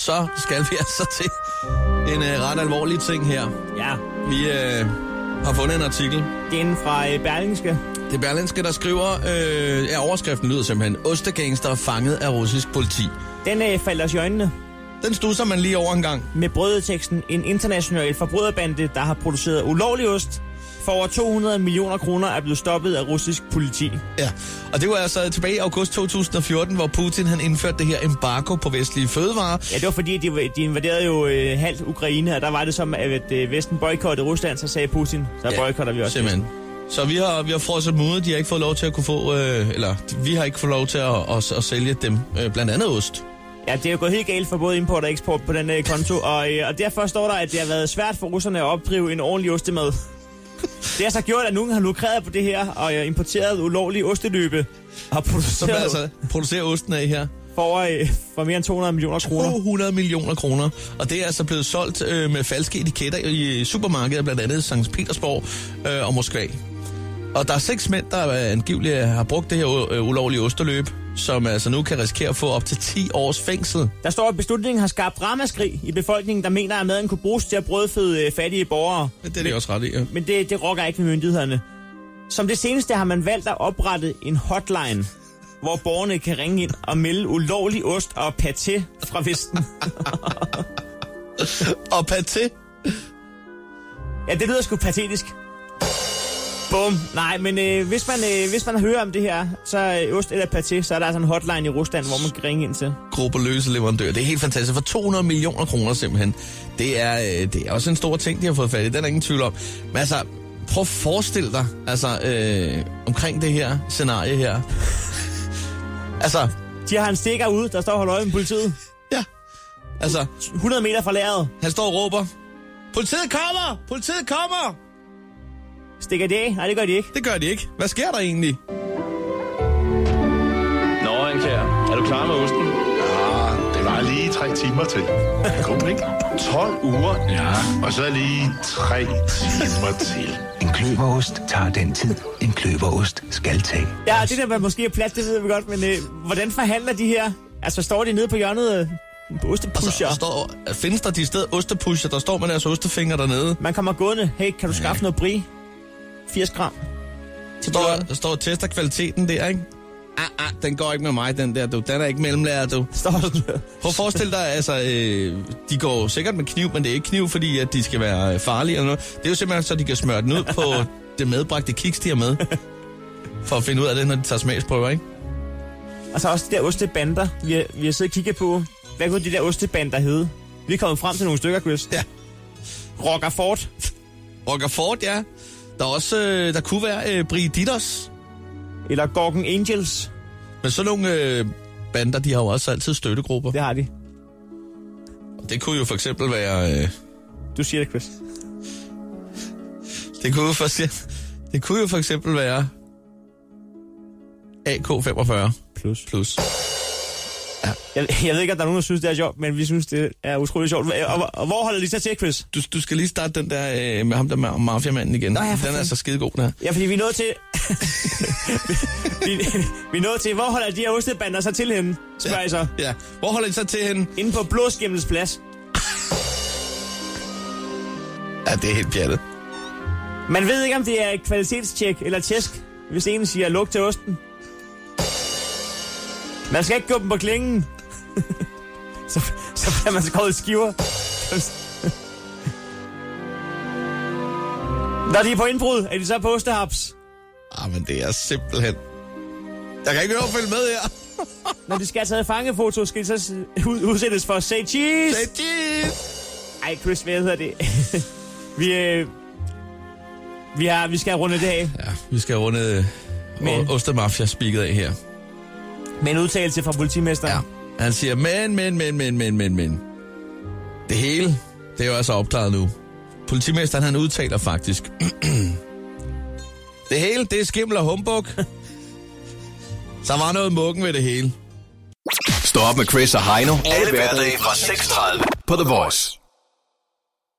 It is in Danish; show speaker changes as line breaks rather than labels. så skal vi altså til en øh, ret alvorlig ting her.
Ja,
Vi øh, har fundet en artikel.
den fra øh, Berlingske.
Det er Berlinske, der skriver, øh, ja, overskriften lyder simpelthen, Ostegangster fanget af russisk politi.
Den øh, faldt os i øjnene
Den stusser man lige over en gang.
med brødeteksten En international forbryderbande, der har produceret ulovlig ost for over 200 millioner kroner er blevet stoppet af russisk politi.
Ja, og det var altså tilbage i august 2014, hvor Putin han indførte det her embargo på vestlige fødevarer.
Ja, det var fordi, de, de invaderede jo øh, halvt Ukraine, og der var det som, at øh, Vesten boykottede Rusland, så sagde Putin, så ja, boykotter vi også.
Simpelthen. Så vi har, vi har frosset dem ude, de har ikke fået lov til at kunne få, øh, eller vi har ikke fået lov til at, at, at sælge dem, øh, blandt andet ost.
Ja, det er jo gået helt galt for både import og eksport på den øh, konto, og, øh, og derfor står der, at det har været svært for russerne at opdrive en ordentlig ostemad. Det har så gjort, at nogen har lukreret på det her og øh, importeret ulovlige osteløbe og
Så man
produceret altså...
altså producerer osten af her.
for, over, øh, for mere end 200 millioner kroner.
200 millioner kroner, og det er altså blevet solgt øh, med falske etiketter i supermarkeder, blandt andet Sankt Petersborg øh, og Moskva. Og der er seks mænd, der øh, angiveligt har brugt det her u- øh, ulovlige osterløb, som altså nu kan risikere at få op til 10 års fængsel.
Der står, at beslutningen har skabt ramaskrig i befolkningen, der mener, at maden kunne bruges til at brødføde øh, fattige borgere.
Det er det også ret i. ja.
Men det, det rokker ikke ved myndighederne. Som det seneste har man valgt at oprette en hotline, hvor borgerne kan ringe ind og melde ulovlig ost og paté fra Vesten.
Og paté.
Ja, det lyder sgu patetisk. Bum. Nej, men øh, hvis, man, øh, hvis man hører om det her, så øh, ost eller paté, så er der altså en hotline i Rusland, hvor man kan ringe ind til.
Gruppe løse leverandører. Det er helt fantastisk. For 200 millioner kroner simpelthen. Det er, øh, det er også en stor ting, de har fået fat i. Den er der ingen tvivl om. Men altså, prøv at forestille dig altså, øh, omkring det her scenarie her. altså,
De har en stikker ude, der står og holder øje med politiet.
ja. Altså,
100 meter fra lageret.
han står og råber. Politiet kommer! Politiet kommer!
Stikker de af? Nej, det gør de ikke.
Det gør de ikke. Hvad sker der egentlig?
Nå, Anker, er du klar med osten?
Ah, det var lige tre timer til. Kom, ikke? 12 uger? Ja. Og så lige tre timer til.
En kløverost tager den tid, en kløverost skal tage.
Ja, det der med måske er plads, det ved vi godt, men øh, hvordan forhandler de her? Altså, står de nede på hjørnet øh, på
Altså,
ostepusher?
der står, findes der de sted ostepusher, der står med deres ostefinger dernede.
Man kommer gående. Hey, kan du skaffe noget brie? 80 gram.
Så står, der står og tester kvaliteten der, ikke? Ah, ah, den går ikke med mig, den der, du. Den er ikke mellemlærer, du.
Står
Prøv at forestille dig, altså, øh, de går sikkert med kniv, men det er ikke kniv, fordi at de skal være øh, farlige eller noget. Det er jo simpelthen, så de kan smøre den ud på det medbragte kiks, de har med. For at finde ud af det, når de tager smagsprøver, ikke?
Og så også de der ostebander, vi har, vi har siddet og kigget på. Hvad kunne de der ostebander hedde? Vi er kommet frem til nogle stykker, Chris.
Ja.
Rocker Ford.
Rocker Ford, ja. Der er også, øh, der kunne være øh, Brie Ditters.
Eller Gorgon Angels.
Men sådan nogle øh, bander, de har jo også altid støttegrupper.
Det har de.
Det kunne jo for eksempel være... Øh,
Du siger det, Chris.
Det kunne jo for, det kunne jo for eksempel være AK45
Plus.
plus.
Jeg, jeg ved ikke, om der er nogen, der synes, det er sjovt, men vi synes, det er utroligt sjovt. Og, og, og hvor holder de så til, Chris?
Du, du skal lige starte den der øh, med ham der ma- mafiamanden igen.
ja, for
den er
fanden.
altså skidegod, den her.
Ja, fordi vi er nået til... vi, vi, vi er nået til, hvor holder de her ostebander så til henne, spørger ja. I så.
Ja. Hvor holder I så til hende?
Inde på Blåskimmels plads.
Ja, det er helt pjattet.
Man ved ikke, om det er et kvalitetstjek eller tæsk, hvis en siger luk til osten. Man skal ikke gå dem på klingen. så, så bliver man skåret i skiver. Når de er på indbrud, er de så på ostehaps.
Ah, men det er simpelthen... Jeg kan ikke høre at følge med her.
Når de skal have taget fangefoto, skal de så s- ud- udsættes for say cheese.
Say cheese!
Ej, Chris, hvad hedder det? vi, øh, vi, har, vi skal runde det af
Ja, vi skal runde øh,
Men-
o- Ostermafia speaket af her.
med en udtalelse fra politimesteren.
Ja. Han siger, men, men, men, men, men, men, men. Det hele, det er jo altså opklaret nu. Politimesteren, han udtaler faktisk. det hele, det er skimmel og humbug. Så var noget mukken ved det hele.
Stå op med Chris og Heino. Alle hverdage fra 6.30 på The Voice.